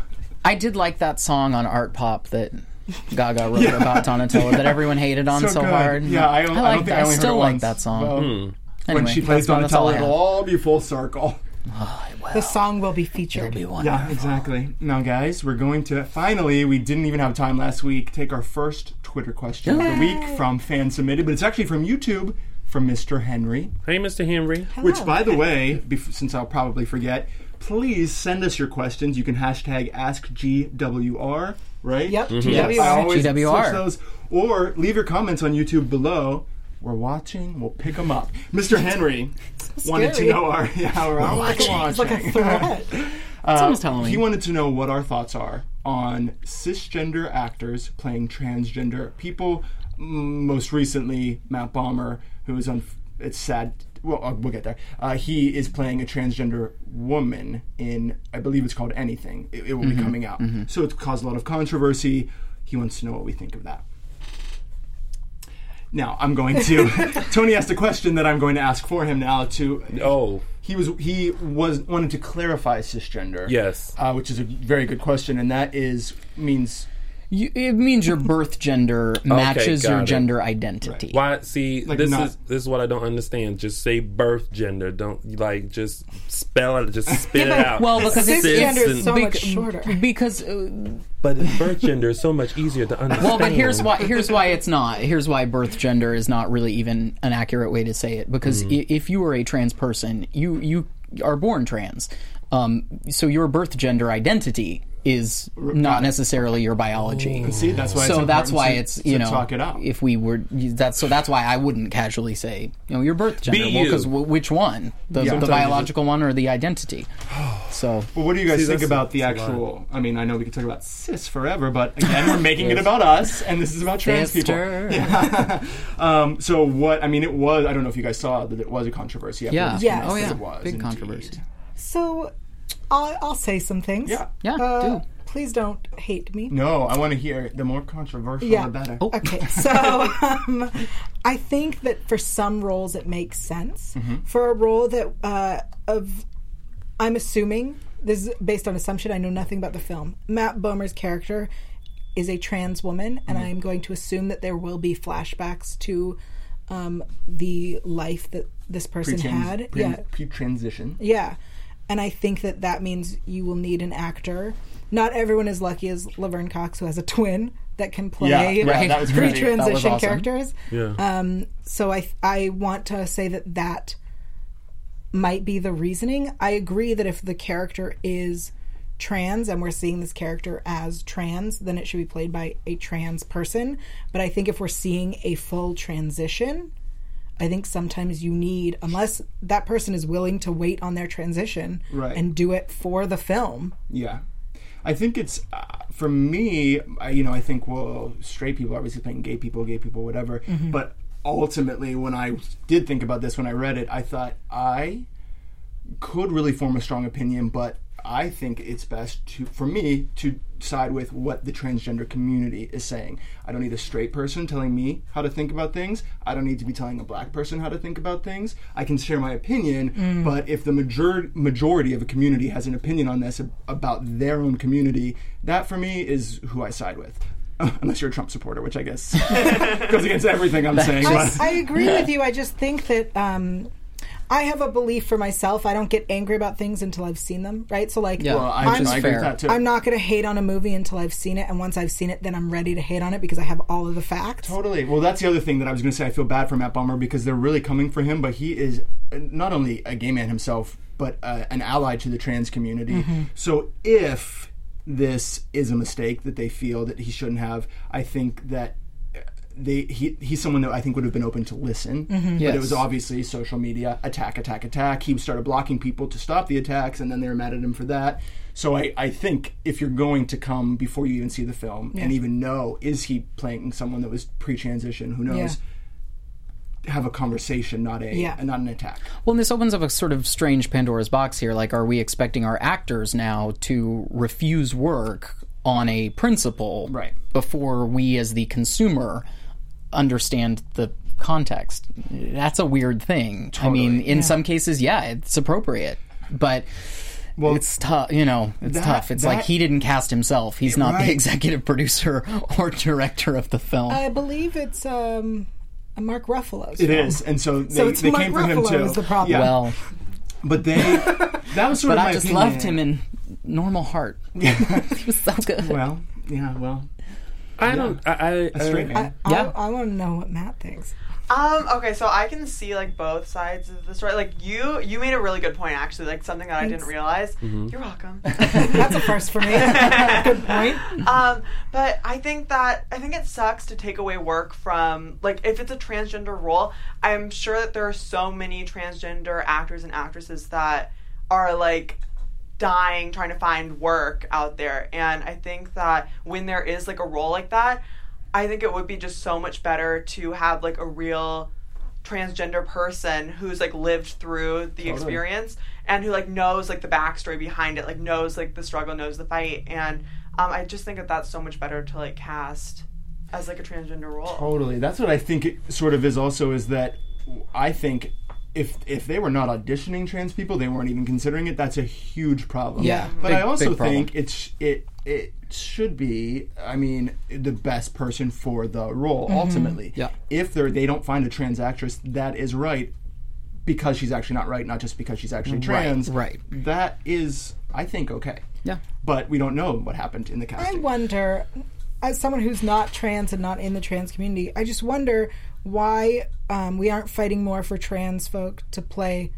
F: I did like that song on Art Pop that Gaga wrote about Donatella that everyone hated on so,
A: good.
F: hard.
A: Yeah, I,
F: like
A: don't- I don't think
F: that.
A: I only
F: still
A: heard it
F: like
A: once.
F: that song.
A: Well,
F: Anyway,
A: when she plays
F: that's- that's all I
A: Donatella, it'll
F: have.
A: all be full circle.
E: The song will be featured.
F: Be one.
A: Yeah, exactly. Now, guys, we're going to finally, we didn't even have time last week, take our first Twitter question of the week from fan submitted, but it's actually from YouTube from Mr. Henry.
D: Hey, Mr. Henry.
A: Which, by the way, bef- since I'll probably forget, please send us your questions. You can hashtag AskGWR, right?
E: Yep, Mhm.
A: Yes,
E: GWR.
A: I always
F: GWR.
A: switch those. Or leave your comments on YouTube below. We're watching. We'll pick them up. Mr. Henry wanted to
E: scary.
A: know our yeah. We're, always watching.
E: It's like a threat.
F: It's almost
A: Uh, He
F: Halloween.
A: wanted to know what our thoughts are on cisgender actors playing transgender people. Mm, Most recently, Matt Bomber, who is on. It's sad. Well, uh, we'll get there. Uh, he is playing a transgender woman in, I believe it's called Anything. It, it will be coming out. So it's caused a lot of controversy. He wants to know what we think of that. Now, I'm going to. Tony asked a question that I'm going to ask for him now to
D: Oh,
A: he was he was wanted to clarify cisgender.
D: Yes.
A: uh, which is a very good question, and that is means
F: You, it means your birth gender matches
D: got
F: your
D: it.
F: gender identity.
D: why? See,
A: Like
D: this
A: not-
D: is this is what I don't understand. Just say birth gender. Don't like just spell it. Just spit it out.
F: Well, because it's-
D: Cis
E: Cisgender is
D: and-
E: so much
F: Bec-
E: shorter.
F: Because uh,
D: but birth gender is so much easier to understand.
F: well, but here's why. Here's why it's not. Here's why birth gender is not really even an accurate way to say it. Because i- if you are a trans person, you you are born trans. Um, so your birth gender identity is not necessarily your biology.
A: see. That's why.
F: so
A: it's
F: that's
A: important
F: why
A: to-
F: it's you
A: to
F: know
A: talk it out.
F: if we were that's so that's why I wouldn't casually say you know your birth gender
D: Be
F: well, 'cause
D: you.
F: w- which one the,
A: Yeah.
F: the
A: Sometimes
F: biological one or the identity so
A: Well, what do you guys
D: See,
A: think
D: that's-
A: about the
D: that's a lot.
A: actual? I mean, I know we could talk about cis forever, but again, we're making it about us, and this is about trans
F: Sister.
A: people. Yeah. um, so what? I mean, it was. I don't know if you guys saw that it was a controversy. after
F: Yeah.
A: this
E: Yeah.
A: came out,
E: Oh,
A: that
F: yeah.
A: It was
F: Big
A: indeed.
F: controversy.
E: So, I'll, I'll say some things.
A: Yeah.
F: yeah
E: Uh,
F: do.
E: please don't hate me.
A: No, I want to hear the more controversial,
E: Yeah.
A: the better.
F: Oh,
E: Okay, so um, I think that for some roles it makes sense. For a role that uh, of, I'm assuming this is based on assumption. I know nothing about the film. Matt Bomer's character is a trans woman, and I am going to assume that there will be flashbacks to um, the life that this person had. yeah,
A: pre transition.
E: yeah. And I think that that means you will need an actor. Not everyone is lucky as Laverne Cox, who has a twin that can play
A: Yeah, yeah, that was
E: free
A: great.
E: transition
F: That was awesome.
E: characters.
D: Yeah.
E: Um, so I I want to say that that might be the reasoning. I agree that if the character is trans and we're seeing this character as trans, then it should be played by a trans person. But I think if we're seeing a full transition, I think sometimes you need, unless that person is willing to wait on their transition
A: Right.
E: and do it for the film.
A: Yeah. I think it's uh, for me. I, you know, I think well, straight people obviously playing gay people, gay people, whatever. But ultimately, when I did think about this, when I read it, I thought I could really form a strong opinion, but I think it's best to for me to side with what the transgender community is saying. I don't need a straight person telling me how to think about things. I don't need to be telling a black person how to think about things. I can share my opinion,
E: Mm.
A: but if the major- majority of a community has an opinion on this ab- about their own community, that for me is who I side with. Unless you're a Trump supporter, which I guess goes against everything I'm saying.
E: I,
A: but-
E: I agree with you. I just think that um, I have a belief for myself. I don't get angry about things until I've seen them, right? So, like,
F: Yeah.
A: well, I,
E: I'm-
A: I agree with
F: fair.
A: that too.
E: I'm not going to hate on a movie until I've seen it. And once I've seen it, then I'm ready to hate on it because I have all of the facts.
A: Totally. Well, that's the other thing that I was going to say. I feel bad for Matt Bomber because they're really coming for him, but he is uh, not only a gay man himself, but uh, an ally to the trans community. So if this is a mistake that they feel that he shouldn't have, I think that uh, they he he's someone that I think would have been open to listen, but it
F: Yes.
A: was obviously social media attack, attack, attack. He started blocking people to stop the attacks, and then they were mad at him for that. So I, I think if you're going to come before you even see the film and even know is he playing someone that was pre-transition, who knows, have a conversation, not a
E: Yeah.
A: not an attack.
F: Well, and this opens up a sort of strange Pandora's box here. Like, are we expecting our actors now to refuse work on a principle
A: Right.
F: before we, as the consumer, understand the context? That's a weird thing. I mean, in some cases, yeah, it's appropriate, but. it's tough, you know. It's
A: that-
F: tough. It's like
A: that-
F: he didn't cast himself. He's not
A: Right. Uh,
F: the executive producer or director of the film.
E: I believe it's um, a Mark Ruffalo's.
A: It is, and so they,
E: So it's
A: they
E: Mark
A: came for him
E: Ruffalo
A: too.
E: is the problem.
A: Yeah.
F: well,
A: But they, that was sort
F: But
A: of my
F: I just
A: opinion.
F: loved him in Normal Heart. he was so good.
A: Well, yeah, well,
D: I don't. I, I,
A: a straight
D: I,
A: man.
F: Yeah.
E: I, I want to know what Matt thinks.
G: Um, okay, so I can see like both sides of the story. Like you you made a really good point actually, like something that I didn't realize. You're welcome.
E: That's a first for me. Good point.
G: um, but I think that I think it sucks to take away work from like if it's a transgender role. I'm sure that there are so many transgender actors and actresses that are like dying trying to find work out there, and I think that when there is like a role like that, I think it would be just so much better to have like a real transgender person who's like lived through the experience and who like knows like the backstory behind it, like knows like the struggle, knows the fight, and um, I just think that that's so much better to like cast as like a transgender role.
A: Totally. That's what I think it sort of is also is that I think if if they were not auditioning trans people, they weren't even considering it. That's a huge problem.
F: Yeah,
A: But
F: big-
A: I also
F: big problem.
A: think it's it it should be I mean the best person for the role ultimately.
F: Mm-hmm. Yeah.
A: If they they don't find a trans actress that is right because she's actually not right, not just because she's actually trans.
F: right.
A: That is I think okay.
F: Yeah.
A: But we don't know what happened in the
E: I
A: casting.
E: wonder, as someone who's not trans and not in the trans community, I just wonder why um, we aren't fighting more for trans folk to play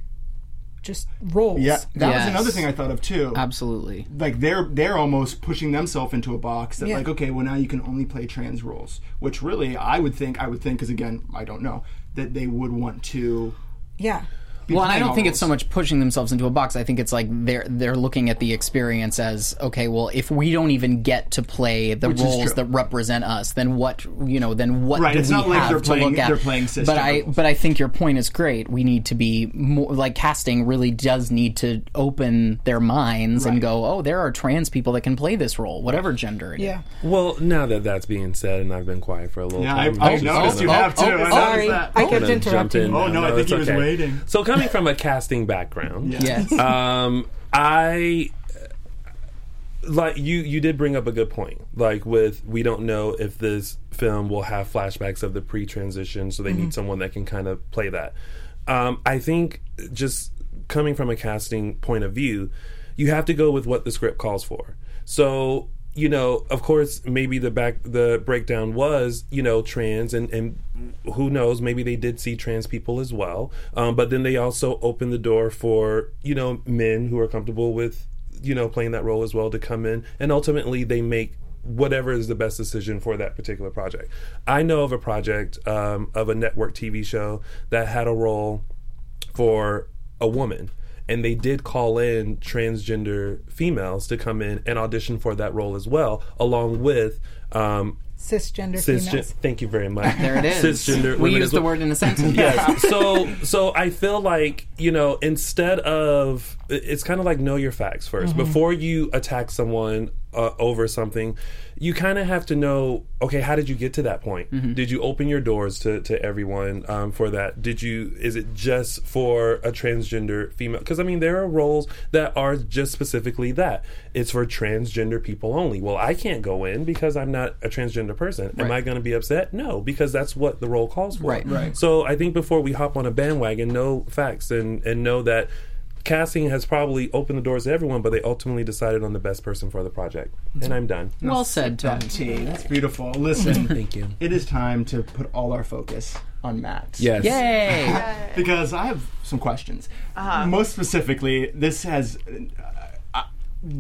E: just roles.
A: yeah, that
F: Yes.
A: was another thing I thought of too.
F: Absolutely.
A: like they're they're almost pushing themselves into a box that
E: Yeah.
A: like okay well now you can only play trans roles which really I would think I would think because again I don't know that they would want to
E: Yeah.
A: be
F: Well, and I
A: playing
F: don't
A: all
F: think
A: roles.
F: it's so much pushing themselves into a box. I think it's like they're they're looking at the experience as okay, well, if we don't even get to play the
A: is true.
F: roles that represent us, then what you know, then what
A: Right,
F: do
A: it's
F: we
A: not like
F: have
A: they're
F: to
A: playing-
F: look at?
A: they're playing sister
F: but I
A: roles.
F: but I think your point is great. We need to be more like casting really does need to open their minds and go, oh, there are trans people that can play this role, whatever gender it is.
E: Yeah.
D: well, now that that's being said, and I've been quiet for a little
A: yeah I,
D: time.
A: I
D: I'm just
A: noticed
D: gonna-
A: you have
F: oh,
A: too
F: oh,
A: I
E: Sorry,
A: noticed
E: I
A: that
E: kept
D: gonna jump
E: interrupting.
D: in.
E: you.
A: Oh, no, I think
D: it's
A: he was waiting.
D: So coming from a casting background,
F: Yes.
D: um, I like you. You did bring up a good point. Like with we don't know if this film will have flashbacks of the pre-transition, so they need someone that can kind of play that. Um, I think just coming from a casting point of view, you have to go with what the script calls for. So you know, of course, maybe the back the breakdown was you know trans and and who knows, maybe they did see trans people as well. Um, but then they also opened the door for you know men who are comfortable with you know playing that role as well to come in, and ultimately they make whatever is the best decision for that particular project. I know of a project um, of a network TV show that had a role for a woman. And they did call in transgender females to come in and audition for that role as well, along with um,
E: Cisgender
D: cisgender.
E: females.
D: Thank you very much.
F: There it is.
D: Cisgender.
F: we
D: women
F: use
D: as
F: the
D: well
F: word in a sentence.
D: yes. So so I feel like you know instead of it's kind of like know your facts 1st before you attack someone uh, over something. You kind of have to know okay how did you get to that point? Did you open your doors to to everyone um, for that? Did you is it just for a transgender female? Because I mean there are roles that are just specifically that it's for transgender people only. Well, I can't go in because I'm not a transgender person. Am I going to be upset? No, because that's what the role calls for.
F: Right. Right.
D: So I think before we hop on a bandwagon, know facts and and know that casting has probably opened the doors to everyone, but they ultimately decided on the best person for the project. And I'm done.
F: Well said, Tom.
A: that tea that's beautiful listen
D: Thank you.
A: it is time to put all our focus on Max
D: Yes.
F: Yay!
A: because I have some questions
G: Uh-huh.
A: most specifically this has uh,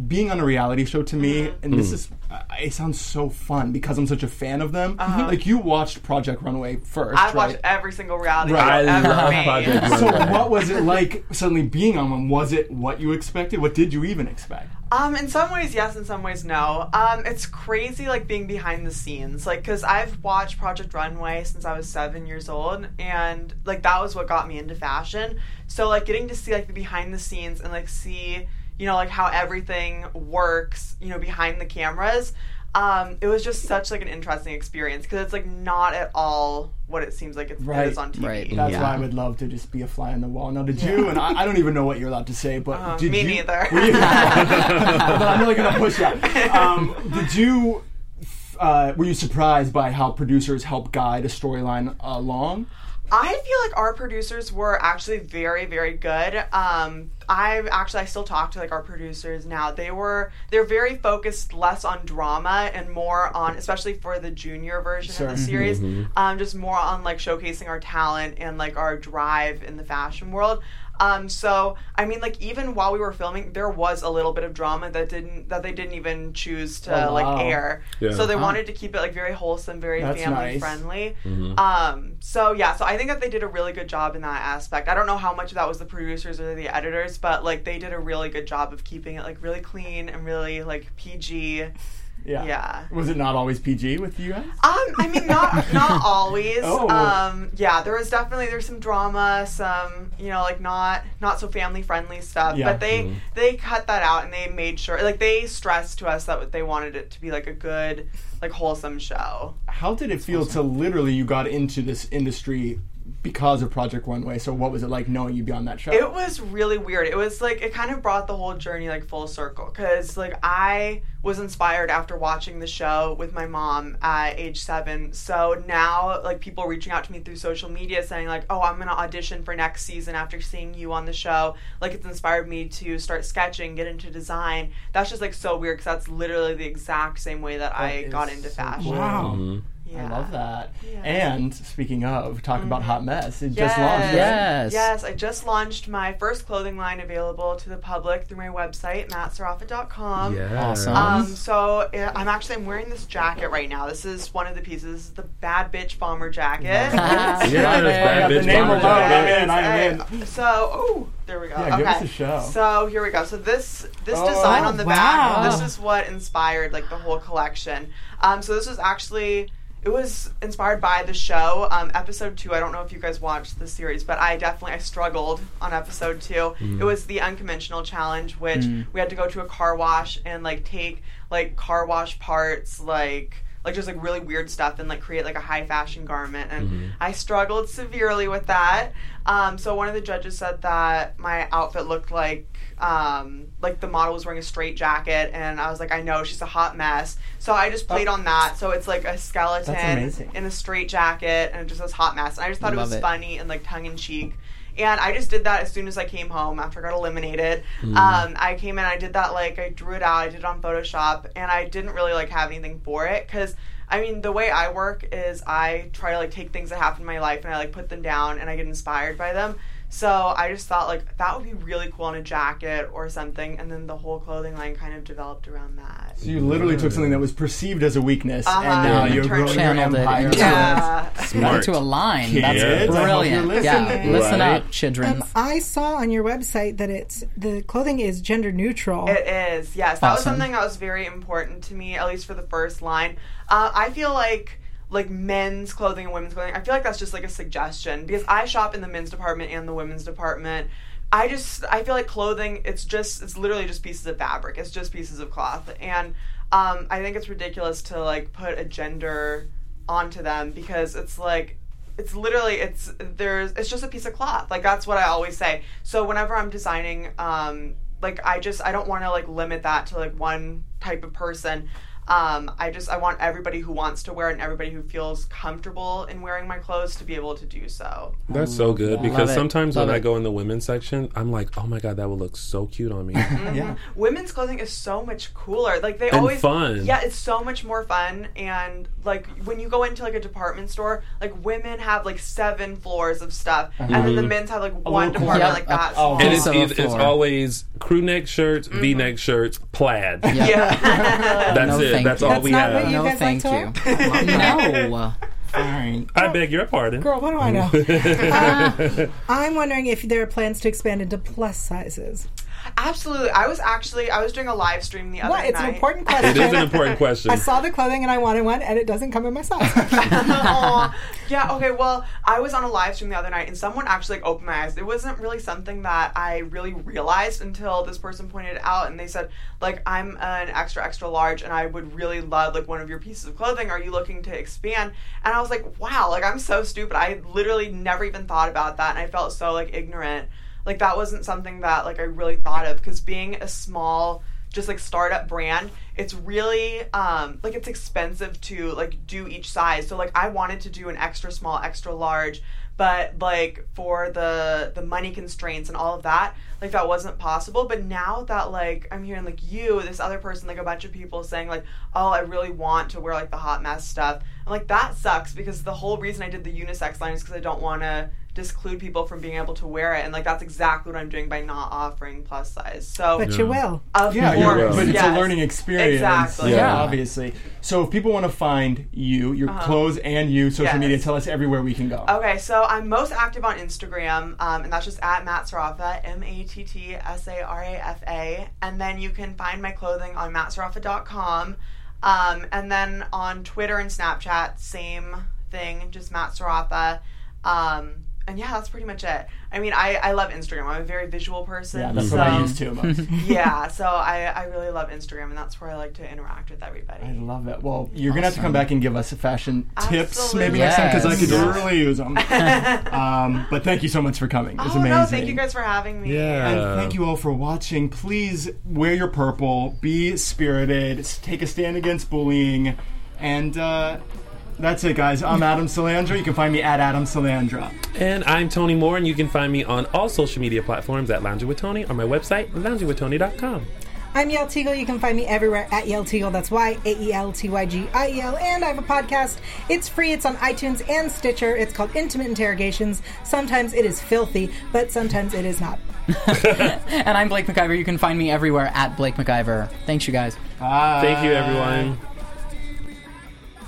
A: being on a reality show to me,
G: Mm-hmm.
A: and
D: Mm.
A: this is, uh, it sounds so fun because I'm such a fan of them. Like you watched Project Runway first, right?
G: I've Uh-huh. watched every single reality show
D: I
G: ever
D: love
G: made.
D: Project Runway.
A: so what was it like suddenly being on one? Was it what you expected? What did you even expect?
G: Um, in some ways, yes. In some ways, no. Um, it's crazy, like being behind the scenes, like because I've watched Project Runway since I was seven years old, and like that was what got me into fashion. So like getting to see like the behind the scenes and like see, you know, like how everything works, you know, behind the cameras. Um, it was just such like an interesting experience because it's like not at all what it seems like it's,
A: Right,
G: it is on TV.
F: right.
A: That's
F: Yeah.
A: why I would love to just be a fly on the wall. Now, did you? And I, I don't even know what you're allowed to say, but did
G: Uh, me
A: you?
G: neither.
A: Were you- But I'm really gonna push that. Um, did you? Uh, were you surprised by how producers help guide a storyline along?
G: I feel like our producers were actually very, very good. Um, I actually I still talk to like our producers now. They were they're very focused less on drama and more on especially for the junior version of the series,
F: Mm-hmm.
G: um, just more on like showcasing our talent and like our drive in the fashion world. Um, so I mean, like even while we were filming, there was a little bit of drama that didn't that they didn't even choose to
F: Oh, wow.
G: like air.
D: Yeah.
G: So they wanted to keep it like very wholesome, very
C: That's
G: family
C: nice.
G: friendly. Um, so yeah, so I think that they did a really good job in that aspect. I don't know how much of that was the producers or the editors, but like they did a really good job of keeping it like really clean and really like PG. Um,
C: Yeah.
G: Yeah. Uh,
C: Was it not always PG with you guys?
G: Um, I mean, not not always.
C: Oh.
G: Um, yeah, there was definitely there's some drama, some you know like not not so family friendly stuff.
C: Yeah.
G: But they they cut that out and they made sure like they stressed to us that they wanted it to be like a good like wholesome show.
C: How did it feel to literally you got into this industry because of Project Runway? So what was it like knowing you'd be on that show?
G: It was really weird. It was like it kind of brought the whole journey like full circle because like I was inspired after watching the show with my mom at age seven. So now like people reaching out to me through social media saying like, "Oh, I'm gonna audition for next season after seeing you on the show." Like it's inspired me to start sketching, get into design. That's just like so weird because that's literally the exact same way that, I
C: is
G: got into
C: so-
G: fashion.
C: Wow.
G: Yeah. Mm-hmm.
C: I love that. And speaking of, talk about hot mess. It just launched.
G: Yes.
C: right?
F: Yes.
G: Yes, I just launched my first clothing line available to the public through my website, mattsarofa.com.
F: Awesome.
G: Um, so uh, I'm actually I'm wearing this jacket right now. This is one of the pieces. This is the bad bitch bomber jacket.
D: Yeah, that's bad
C: The
D: bitch
C: name
D: bomber
C: alone,
D: jacket.
C: I'm in. I'm in.
G: Hey, So, oh, there we go.
C: Yeah,
G: okay.
C: give us a show.
G: So here we go. So this this
C: Oh,
G: design on the
E: wow.
G: back. This is what inspired like the whole collection. Um, so this was actually it was inspired by the show um, episode two. I don't know if you guys watched the series, but I definitely I struggled on episode two. It was the unconventional challenge, which we had to go to a car wash and like take like car wash parts like like just like really weird stuff and like create like a high fashion garment and i struggled severely with that um, so one of the judges said that my outfit looked like um, like the model was wearing a straight jacket and i was like i know she's a hot mess so i just played on that so it's like a skeleton
C: amazing.
G: in a straight jacket and it just says hot mess and i just thought
F: Love
G: it was
F: it.
G: funny and like tongue-in-cheek and I just did that as soon as I came home after I got eliminated.
F: Hmm.
G: Um, I came in, I did that like I drew it out, I did it on Photoshop, and I didn't really like have anything for it because I mean the way I work is I try to like take things that happen in my life and I like put them down and I get inspired by them. So I just thought like that would be really cool on a jacket or something, and then the whole clothing line kind of developed around that.
C: So you literally took something that was perceived as a weakness,
G: Uh-huh.
C: and now
G: Yeah.
C: you're growing your
F: Channeled it
C: empire.
F: into-
G: Yeah.
D: Smart.
F: to a line.
C: Kids,
F: That's
C: I hope
F: brilliant.
C: you're
F: yeah,
C: listening.
F: listen
D: Right.
F: up, children.
E: Um, I saw on your website that it's the clothing is gender neutral.
G: It is, yes. That was
F: Awesome.
G: something that was very important to me, at least for the first line. Uh, I feel like like men's clothing and women's clothing. I feel like that's just like a suggestion because I shop in the men's department and the women's department. I just I feel like clothing. It's just it's literally just pieces of fabric. It's just pieces of cloth, and um, I think it's ridiculous to like put a gender onto them because it's like it's literally it's there's it's just a piece of cloth like that's what i always say so whenever i'm designing um like i just i don't want to like limit that to like one type of person um i just i want everybody who wants to wear it and everybody who feels comfortable in wearing my clothes to be able to do so
D: That's so good
F: Love
D: because
F: it.
D: sometimes when
F: Love
D: I
F: it.
D: go in the women's section, I'm like, oh my god, that would look so cute on me.
C: Yeah.
G: women's clothing is so much cooler. Like they
D: And
G: always
D: fun.
G: Yeah, it's so much more fun. And like when you go into like a department store, like women have like seven floors of stuff, and then the men's have like one
C: little
G: department
C: corner.
G: like that.
C: Oh,
G: small.
D: Mm-hmm. and it's,
F: Also a
D: it's, it's
F: floor. Mm-hmm.
D: always crew neck shirts, V neck shirts, plaid.
G: yeah.
D: That's
F: No,
D: it.
F: thank
D: That's
F: you.
D: all
E: That's
D: we
E: not
D: have.
E: what you
F: no,
E: guys like
F: thank
E: to
F: you. no.
C: Fine.
D: I beg your pardon.
E: Girl, what do I know? Um, I'm wondering if there are plans to expand into plus sizes.
G: Absolutely. I was actually I was doing a live stream the other
E: What? It's
G: night.
E: an important
D: It
E: question.
D: is an important question.
E: I saw the clothing and I wanted one, and it doesn't come in my size.
G: Aw. yeah. Okay. Well, I was on a live stream the other night, and someone actually like, opened my eyes. It wasn't really something that I really realized until this person pointed it out, and they said, like, I'm an extra extra large, and I would really love like one of your pieces of clothing. Are you looking to expand? And I was like, wow, like I'm so stupid. I literally never even thought about that, and I felt so like ignorant. Like that wasn't something that like I really thought of because being a small just like startup brand it's really um like it's expensive to like do each size so like i wanted to do an extra small extra large but like for the the money constraints and all of that like that wasn't possible but now that like i'm hearing like you this other person like a bunch of people saying like oh i really want to wear like the hot mess stuff i'm like that sucks because the whole reason i did the unisex line is because i don't want to disclude people from being able to wear it and like that's exactly what i'm doing by not offering plus size so
E: But you will.
G: of
A: Yeah,
G: course
A: you're- but it's
G: yes.
A: a learning experience.
G: Exactly.
A: Yeah.
F: Yeah.
A: obviously. So if people want to find you, your clothes, and you, social
G: Uh-huh. Yes.
A: media, tell us everywhere we can go.
G: Okay, so I'm most active on Instagram, um, and that's just at Matt Sarafa, M A T T S A R A F A. And then you can find my clothing on mattsarafa.com. Um, and then on Twitter and Snapchat, same thing, just Matt Sarafa. Um, and yeah, that's pretty much it. I mean, I, I love Instagram. I'm a very visual person.
A: Yeah, that's
G: so,
A: what I use too. Most.
G: yeah, so I, I really love Instagram, and that's where I like to interact with everybody.
A: I love it. Well, you're gonna have to come back and give us fashion tips
G: Absolutely.
A: maybe next time because I could
F: Yes.
A: really use them. um, but thank you so much for coming. It's
G: oh,
A: amazing.
G: no, thank you guys for having me.
D: Yeah.
A: And thank you all for watching. Please wear your purple, be spirited, s- take a stand against bullying, and uh, that's it, guys. I'm Adam Salandra. You can find me at Adam Salandra.
D: And I'm Tony Moore, and you can find me on all social media platforms at Lounging with Tony on my website, loungingwithtony.com.
E: I'm Yale Teagle. You can find me everywhere at Yale Teagle. That's Y A E L T Y G I E L. And I have a podcast. It's free. It's on iTunes and Stitcher. It's called Intimate Interrogations. Sometimes it is filthy, but sometimes it is not.
F: And I'm Blake McIver. You can find me everywhere at Blake McIver. Thanks, you guys.
D: Thank you, everyone.